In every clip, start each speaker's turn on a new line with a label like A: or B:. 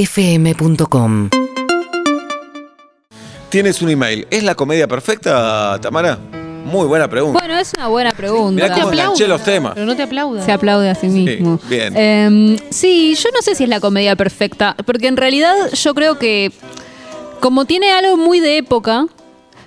A: urbanaplayfm.com
B: Tienes un email. ¿Es la comedia perfecta, Tamara? Muy buena pregunta.
C: Bueno, es una buena pregunta.
B: Mirá cómo enganché los temas.
D: Pero no te aplaudas.
C: Se aplaude a sí mismo.
B: bien.
C: Em, sí, yo no sé si es la comedia perfecta, porque en realidad yo creo que como tiene algo muy de época,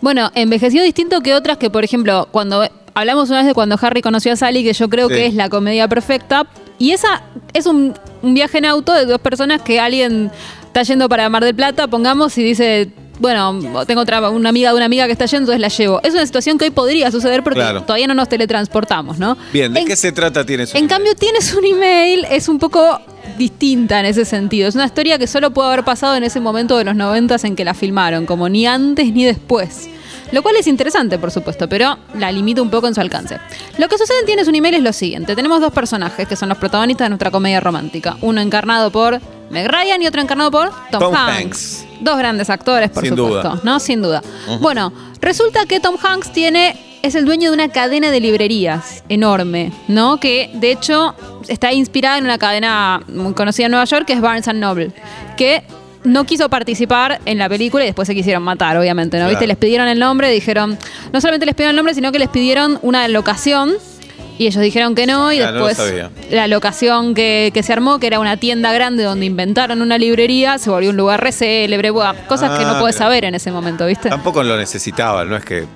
C: bueno, envejeció distinto que otras que, por ejemplo, cuando hablamos una vez de cuando Harry conoció a Sally, que yo creo
B: Sí.
C: que es la comedia perfecta, y esa es un, un viaje en auto de dos personas que alguien está yendo para Mar del Plata, pongamos, y dice... Bueno, tengo otra, una amiga de una amiga que está yendo, entonces la llevo. Es una situación que hoy podría suceder porque
B: Claro.
C: todavía no nos teletransportamos, ¿no?
B: Bien, ¿de
C: En-
B: qué se trata tienes un
C: en
B: email?
C: cambio, tienes un email, es un poco distinta en ese sentido. Es una historia que solo puede haber pasado en ese momento de los noventas en que la filmaron, como ni antes ni después. Lo cual es interesante, por supuesto, pero la limita un poco en su alcance. Lo que sucede en Tienes un email es lo siguiente. Tenemos dos personajes que son los protagonistas de nuestra comedia romántica. Uno encarnado por Meg Ryan y otro encarnado por Tom,
B: Tom
C: Hanks.
B: Hanks.
C: Dos grandes actores, por
B: Sin
C: supuesto.
B: duda.
C: ¿no? Sin duda. Bueno, resulta que Tom Hanks tiene. Es el dueño de una cadena de librerías enorme, ¿no? Que de hecho está inspirada en una cadena muy conocida en Nueva York, que es Barnes Noble, que no quiso participar en la película y después se quisieron matar, obviamente, ¿no?
B: Claro.
C: ¿Viste? Les pidieron el nombre, dijeron. No solamente les pidieron el nombre, sino que les pidieron una locación y ellos dijeron que no y
B: Ah, no lo
C: después
B: sabía.
C: la locación que, que se armó, que era una tienda grande donde inventaron una librería, se volvió un lugar re célebre, buah, cosas que
B: Ah,
C: no podés
B: claro.
C: saber en ese momento, ¿viste?
B: Tampoco lo necesitaban, no es que.
C: este-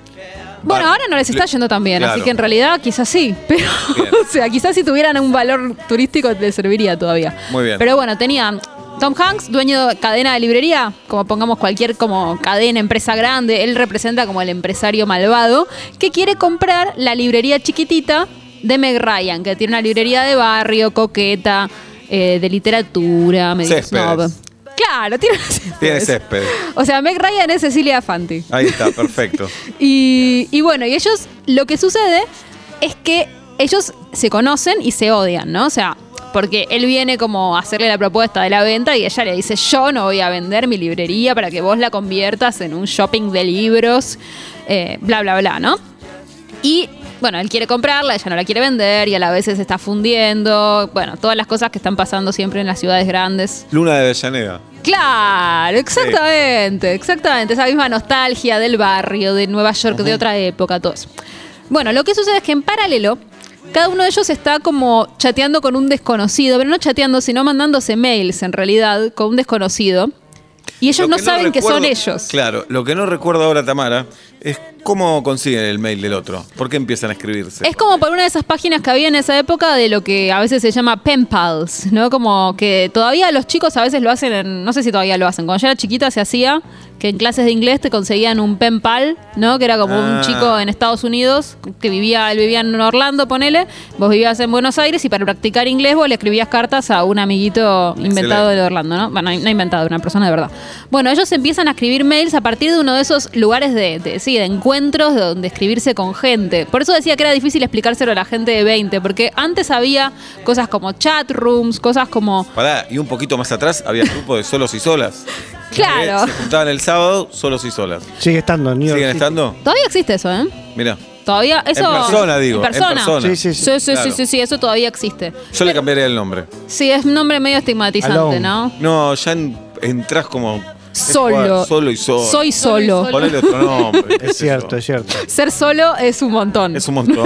C: Bueno,
B: Va-
C: ahora no les está yendo tan bien, así
B: Claro.
C: que en realidad quizás sí, pero
B: Bien.
C: o sea, quizás si tuvieran un valor turístico les serviría todavía.
B: Muy bien.
C: Pero bueno, tenían Tom Hanks, dueño de cadena de librería, como pongamos cualquier como cadena, empresa grande, él representa como el empresario malvado que quiere comprar la librería chiquitita de Meg Ryan, que tiene una librería de barrio, coqueta, eh, de literatura, medio
B: Céspedes.
C: snob. Claro, tiene
B: Tiene
C: céspedes.
B: césped.
C: O sea, Meg Ryan es Cecilia Fanti.
B: Ahí está, perfecto.
C: Y, y bueno, y ellos, lo que sucede es que ellos se conocen y se odian, ¿no? O sea, porque él viene como a hacerle la propuesta de la venta y ella le dice, yo no voy a vender mi librería para que vos la conviertas en un shopping de libros, eh, bla, bla, bla, ¿no? Y bueno, él quiere comprarla, ella no la quiere vender y a la vez se está fundiendo, bueno, todas las cosas que están pasando siempre en las ciudades grandes.
B: Luna de Avellaneda.
C: Claro, exactamente, exactamente. Esa misma nostalgia del barrio, de Nueva York, de otra época, todos. Bueno, lo que sucede es que en paralelo, cada uno de ellos está como chateando con un desconocido, pero no chateando, sino mandándose mails en realidad con un desconocido. Y ellos
B: Lo
C: no saben que son
B: recuerdo-
C: ellos.
B: Claro, lo que no recuerdo ahora, Tamara, es cómo consiguen el mail del otro. ¿Por qué empiezan a escribirse?
C: Es como por una de esas páginas que había en esa época de lo que a veces se llama pen pals, ¿no? Como que todavía los chicos a veces lo hacen, en- no sé si todavía lo hacen, cuando yo era chiquita se hacía que en clases de inglés te conseguían un pen pal, ¿no? Que era como
B: Ah.
C: un chico en Estados Unidos que vivía, él vivía en Orlando, ponele, vos vivías en Buenos Aires y para practicar inglés vos le escribías cartas a un amiguito inventado
B: Excelente.
C: de Orlando, ¿no? Bueno, no inventado, una persona de verdad. Bueno, ellos empiezan a escribir mails a partir de uno de esos lugares de, de- sí, de encuentros donde escribirse con gente. Por eso decía que era difícil explicárselo a la gente de 20, porque antes había cosas como chat rooms, cosas como...
B: Pará, y un poquito más atrás había grupo de solos y solas.
C: Claro.
B: Que se juntaban el sábado, solos y solas.
E: Sigue estando en New York.
B: ¿Siguen
E: City.
B: estando?
C: Todavía existe eso, ¿eh?
B: Mirá.
C: Todavía eso...
B: en persona, digo.
C: En persona.
E: Sí, sí,
C: Sí, sí,
B: Claro.
C: sí, sí, sí, eso todavía existe.
B: Yo le cambiaría el nombre.
C: Sí, es un nombre medio estigmatizante,
E: Alone.
C: ¿no?
B: No, ya en- entras como.
C: Solo.
B: Solo y solo.
C: Soy solo.
B: Ponele otro nombre. qué
E: Es
B: sé
E: cierto,
B: yo.
E: es cierto.
C: Ser solo es un montón.
B: Es un montón.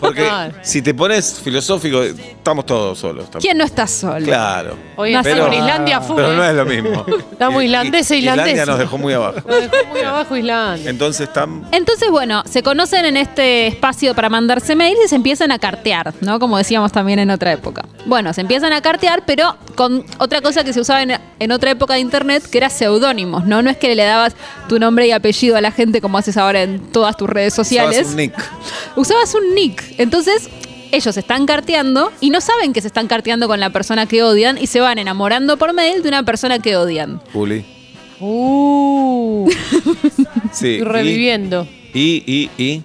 B: Porque
D: Claro.
B: si te pones filosófico, estamos todos solos. también.
C: ¿Quién no está solo?
B: Claro.
D: Hoy
C: No
D: está
B: sé.
D: con Islandia full.
B: Pero no
D: eh.
B: es lo mismo.
D: Estamos
B: Y-
D: islandeses,
B: y- Islandia
D: islandeses.
B: nos dejó muy abajo.
D: Lo eh. dejó muy abajo Islandia.
B: Entonces están.
C: Entonces, bueno, se conocen en este espacio para mandarse mails y se empiezan a cartear, ¿no? Como decíamos también en otra época. Bueno, se empiezan a cartear, pero con otra cosa que se usaba en, en otra época de internet, que era seudónimos, ¿no? No es que le dabas tu nombre y apellido a la gente como haces ahora en todas tus redes sociales.
B: usabas un nick.
C: Usabas un nick. Entonces, ellos están carteando y no saben que se están carteando con la persona que odian y se van enamorando por mail de una persona que odian.
B: Juli.
D: Uh,
B: Sí.
D: estoy reviviendo.
B: Y, y, y.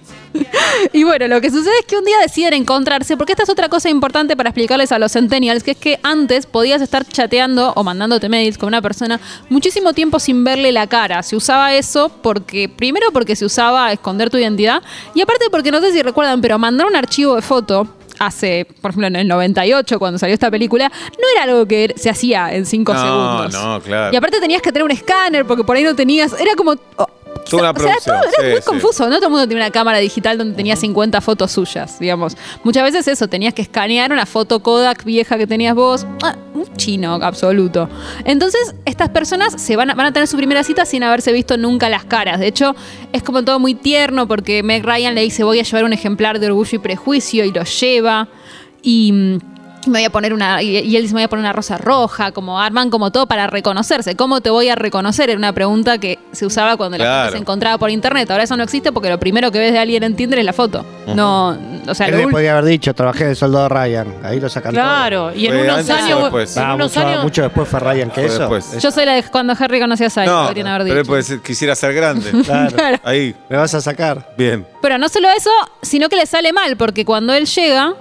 C: Y bueno, lo que sucede es que un día deciden encontrarse, porque esta es otra cosa importante para explicarles a los centennials, que es que antes podías estar chateando o mandándote mails con una persona muchísimo tiempo sin verle la cara. Se usaba eso porque, primero porque se usaba esconder tu identidad, y aparte porque no sé si recuerdan, pero mandar un archivo de foto hace, por ejemplo, en el 98, cuando salió esta película, no era algo que se hacía en 5
B: No,
C: segundos.
B: no, claro.
C: Y aparte tenías que tener un escáner porque por ahí no tenías. Era como. oh,
B: Toda una
C: o sea,
B: producción,
C: todo era
B: sí,
C: muy
B: sí.
C: confuso. No todo el mundo tenía una cámara digital donde tenía 50 fotos suyas, digamos. Muchas veces eso, tenías que escanear una foto Kodak vieja que tenías vos. Ah, un chino absoluto. Entonces, estas personas se van a, van a tener su primera cita sin haberse visto nunca las caras. De hecho, es como todo muy tierno porque Meg Ryan le dice: Voy a llevar un ejemplar de orgullo y prejuicio y lo lleva. Y. mm, me voy a poner una y, y él dice me voy a poner una rosa roja como arman como todo para reconocerse cómo te voy a reconocer era una pregunta que se usaba cuando la
B: Claro.
C: gente se encontraba por internet ahora eso no existe porque lo primero que ves de alguien en Tinder es la foto no o sea
A: Él
C: lo
A: le
C: ul-
A: podía haber dicho, trabajé de soldado Ryan. Ahí lo sacan
D: Claro, y en
B: Fue
D: unos
B: antes o
D: años.
B: después.
D: en
A: todo. Ah,
D: unos
A: mucho,
D: años-
A: mucho después fue Ryan que
B: Fue
A: eso.
B: después.
A: Es-
C: yo soy la de cuando Harry conocía a Sally
B: No,
C: podrían haber
B: pero él
C: dicho.
B: puede ser- quisiera ser grande.
A: Claro.
C: Claro.
B: Ahí,
A: Me vas a sacar.
B: bien.
C: Pero no solo eso, sino que le sale mal, porque cuando él llega,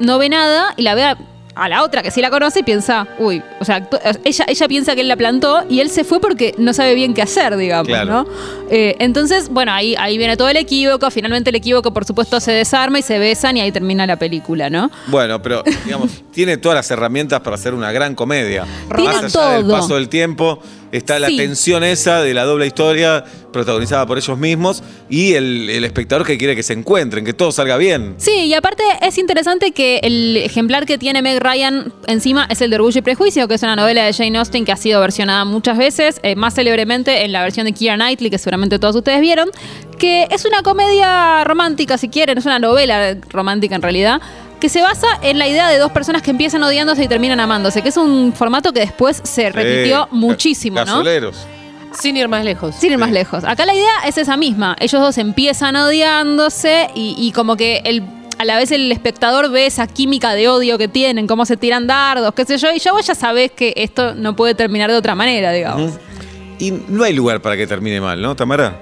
C: no ve nada y la ve a, a la otra que sí la conoce y piensa, uy, o sea, tú- ella, ella piensa que él la plantó y él se fue porque no sabe bien qué hacer, digamos,
B: Claro.
C: ¿no? Eh, entonces, bueno, ahí, ahí viene todo el equívoco, finalmente el equívoco, por supuesto, se desarma y se besan y ahí termina la película, ¿no?
B: Bueno, pero digamos, tiene todas las herramientas para hacer una gran comedia.
C: Tiene
B: Más allá del
C: todo.
B: paso del tiempo, está la
C: Sí.
B: tensión esa de la doble historia protagonizada por ellos mismos y el, el espectador que quiere que se encuentren, que todo salga bien.
C: Sí, y aparte es interesante que el ejemplar que tiene Meg Ryan encima es el de Orgullo y Prejuicio, que es una novela de Jane Austen que ha sido versionada muchas veces, eh, más célebremente en la versión de Keira Knightley, que seguramente todos ustedes vieron, que es una comedia romántica, si quieren, es una novela romántica en realidad, que se basa en la idea de dos personas que empiezan odiándose y terminan amándose, que es un formato que después se repitió
B: Sí. eh,
C: muchísimo, ¿no?
B: Gasoleros.
D: Sin ir más lejos.
C: Sin ir más lejos. Acá la idea es esa misma. Ellos dos empiezan odiándose y, y como que el, a la vez el espectador ve esa química de odio que tienen, cómo se tiran dardos, qué sé yo, y ya vos ya sabés que esto no puede terminar de otra manera, digamos.
B: Ujú. Y no hay lugar para que termine mal, ¿no, Tamara?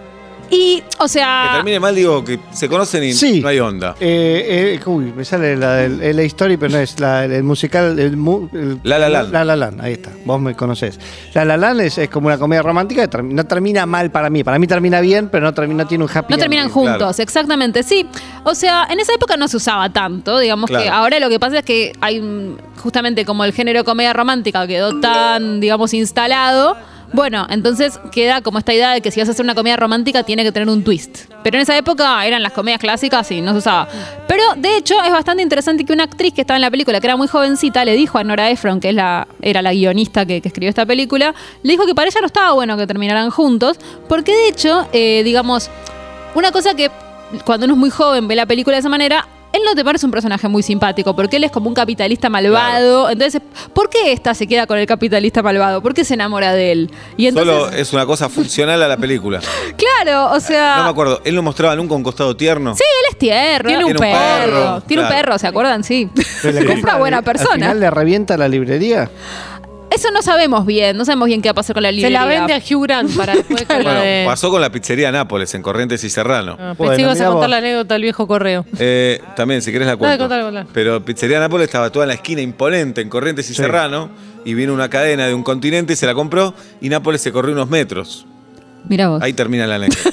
C: Y, o
B: Que
C: sea,
B: termine mal, digo, que se conocen y
A: Sí.
B: no hay onda.
A: Eh, eh, uy, me sale la del el- la historia, pero no es la, el musical. El, mu- el-
B: La La Land.
A: La Land, ahí está. Vos me conocés. La La Land es, es como una comedia romántica que term- no termina mal para mí. Para mí termina bien, pero no, termina, no tiene un happy
C: no terminan
A: ending.
C: juntos,
B: claro.
C: exactamente, sí. O sea, en esa época no se usaba tanto, digamos que
B: Claro.
C: ahora lo que pasa es que hay mm, justamente como el género comedia romántica quedó tan, digamos, instalado. Bueno, entonces queda como esta idea de que si vas a hacer una comedia romántica tiene que tener un twist. Pero en esa época eran las comedias clásicas y no se usaba. Pero de hecho es bastante interesante que una actriz que estaba en la película, que era muy jovencita, le dijo a Nora Ephron, que es la, era la guionista que, que escribió esta película, le dijo que para ella no estaba bueno que terminaran juntos, porque de hecho, eh, digamos, una cosa que cuando uno es muy joven ve la película de esa manera, él no te parece un personaje muy simpático, porque él es como un capitalista malvado. Entonces, ¿por qué esta se queda con el capitalista malvado? ¿Por qué se enamora de él? Y entonces,
B: Solo es una cosa funcional a la película.
C: claro, o sea,
B: No me acuerdo, él no mostraba nunca un costado tierno. Sí.
C: él es tierno,
D: Tiene un perro,
C: tiene un
B: claro.
C: perro, ¿se acuerdan? Sí.
A: Pero le
C: es
A: compra-
C: una buena
A: al- Al
C: persona.
A: final le revienta la librería.
C: Eso no sabemos bien, no sabemos bien qué va a pasar con la
D: Se
C: librería.
D: la vende a Hugh Grant para después con la
B: Bueno,
D: de.
B: pasó con la pizzería Nápoles en Corrientes y Serrano.
D: Eh. Ah, pensé
A: Bueno,
D: que ibas a
A: mirá
D: contar
A: vos.
D: la anécdota al viejo correo.
B: Eh, también, si querés la cuento.
D: contala, contala.
B: Pero Pizzería Nápoles estaba toda en la esquina imponente, en Corrientes y
A: Sí.
B: Serrano, y vino una cadena de un continente y se la compró, y Nápoles se corrió unos metros.
C: Mira vos.
B: Ahí termina la anécdota.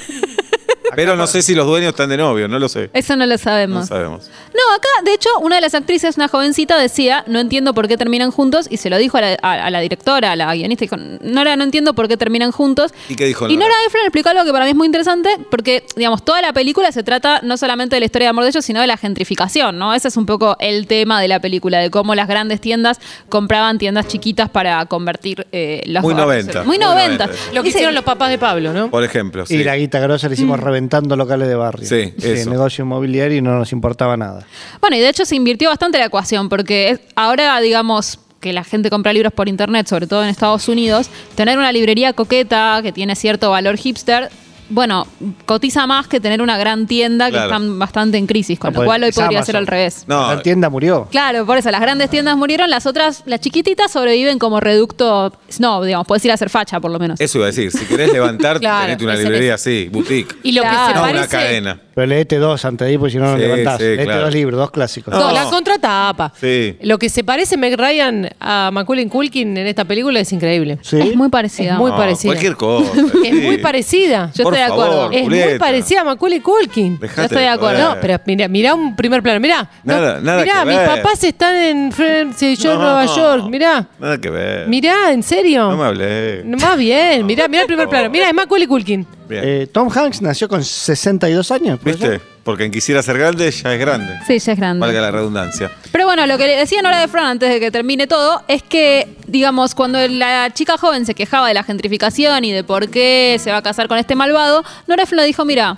B: Pero no sé si los dueños están de novio, no lo sé.
C: Eso no lo
B: No
C: sabemos.
B: sabemos.
C: No, acá, de hecho, una de las actrices, una jovencita, decía, no entiendo por qué terminan juntos, y se lo dijo a la, a- a la directora, a la guionista, dijo, Nora, no entiendo por qué terminan juntos.
B: ¿Y qué dijo
C: Y
B: Nora?
C: Nora Ephron explicó algo que para mí es muy interesante, porque, digamos, toda la película se trata no solamente de la historia de amor de ellos, sino de la gentrificación, ¿no? Ese es un poco el tema de la película, de cómo las grandes tiendas compraban tiendas chiquitas para convertir eh, los
B: Muy
C: barrios en-
B: 90.
C: Muy
B: Muy
C: 90.
B: 90.
D: Lo que
C: Dice-
D: hicieron los papás de Pablo, ¿no?
B: Por ejemplo, sí.
A: Y la guita grosa la
D: Mm.
A: hicimos reventando locales de barrio.
B: Sí, eso.
A: negocio inmobiliario y no nos importaba nada.
C: Bueno, y de hecho se invirtió bastante la ecuación, porque es- ahora, digamos, que la gente compra libros por internet, sobre todo en Estados Unidos, tener una librería coqueta que tiene cierto valor hipster, bueno, cotiza más que tener una gran tienda
B: Claro.
C: que están bastante en crisis, con
A: No,
C: lo
A: pues,
C: cual hoy
A: es
C: podría
A: Amazon.
C: ser al revés.
B: No,
A: La tienda murió.
C: Claro, por eso las grandes tiendas murieron, las otras, las chiquititas sobreviven como reducto snob, digamos, puedes ir a hacer facha por lo menos.
B: eso iba a decir. Si querés levantarte,
D: Claro,
B: tenete una
D: es en
B: librería así, boutique.
D: Y lo
C: Claro.
D: que se
B: no
D: parece.
B: una cadena.
A: Pero leete dos antes de ir, porque si no, no
B: Sí,
A: levantás.
B: sí,
A: leete
B: claro.
A: dos libros, dos clásicos.
D: No,
B: No.
D: la contratapa.
B: Sí.
D: Lo que se parece Meg Ryan a Macaulay Culkin en esta película es increíble.
A: Sí.
C: Es muy parecida.
D: Es muy-
B: No,
D: parecida.
B: Cualquier cosa.
D: Es muy
B: sí.
D: parecida.
C: Yo
B: Por
C: estoy estoy de acuerdo.
B: favor,
D: Es muy
B: Julieta.
D: parecida a Macaulay Culkin.
B: Dejate
C: No estoy de acuerdo.
B: joder.
D: No, pero mira, mira un primer plano, mira.
B: Nada, nada
D: Mirá,
B: que
D: mis
B: ver.
D: papás están en Friends y yo en
B: No.
D: Nueva York, mirá.
B: Nada que ver.
D: Mirá, en serio.
B: No me hablé.
D: No, Más bien, mirá, mirá el primer plano. Mirá, es Macaulay Culkin.
B: Bien.
A: Eh, Tom Hanks nació con 62 años. ¿puede
B: ¿Viste?
A: ser?
B: Porque en quisiera ser grande ya es grande.
C: Sí, ya es grande.
B: Valga la redundancia.
C: Pero bueno, lo que le decía Nora de Fran antes de que termine todo es que, digamos, cuando la chica joven se quejaba de la gentrificación y de por qué se va a casar con este malvado, Nora Fran le dijo, mira,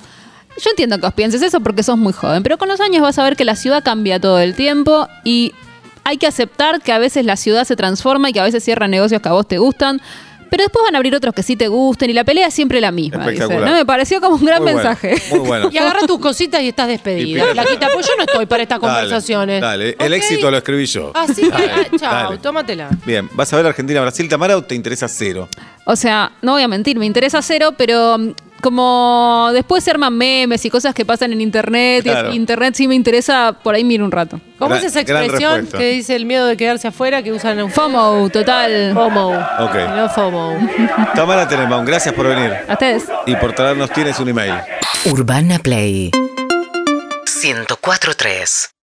C: yo entiendo que os pienses eso porque sos muy joven, pero con los años vas a ver que la ciudad cambia todo el tiempo y hay que aceptar que a veces la ciudad se transforma y que a veces cierra negocios que a vos te gustan. Pero después van a abrir otros que sí te gusten y la pelea es siempre la misma. dice,
B: Espectacular.
C: ¿no? Me pareció como un gran
B: Muy bueno,
C: mensaje.
B: muy bueno.
D: Y agarra tus cositas y estás
B: Y
D: despedida.
B: pide-
D: La quita, pues yo no estoy para estas
B: Dale,
D: conversaciones.
B: Dale, el
D: ¿Ok?
B: éxito lo escribí yo.
D: Así que,
B: Dale,
D: ah, chao,
B: dale.
D: tómatela.
B: Bien, ¿vas a ver Argentina-Brasil, Tamara, o te interesa cero?
C: O sea, no voy a mentir, me interesa cero, pero mm, como después se arman memes y cosas que pasan en internet, y es-
B: Claro.
C: internet sí me interesa, por ahí miro un rato.
D: ¿Cómo
B: Gran-
D: es esa
B: gran
D: expresión
B: respuesta.
D: que dice el miedo de quedarse afuera que usan en
C: FOMO, total.
D: FOMO?
B: Ok.
D: No FOMO.
B: Tamara Tenenbaum, gracias por venir.
C: ¿A ustedes?
B: Y por traernos tienes un email.
E: Urbana Play 1043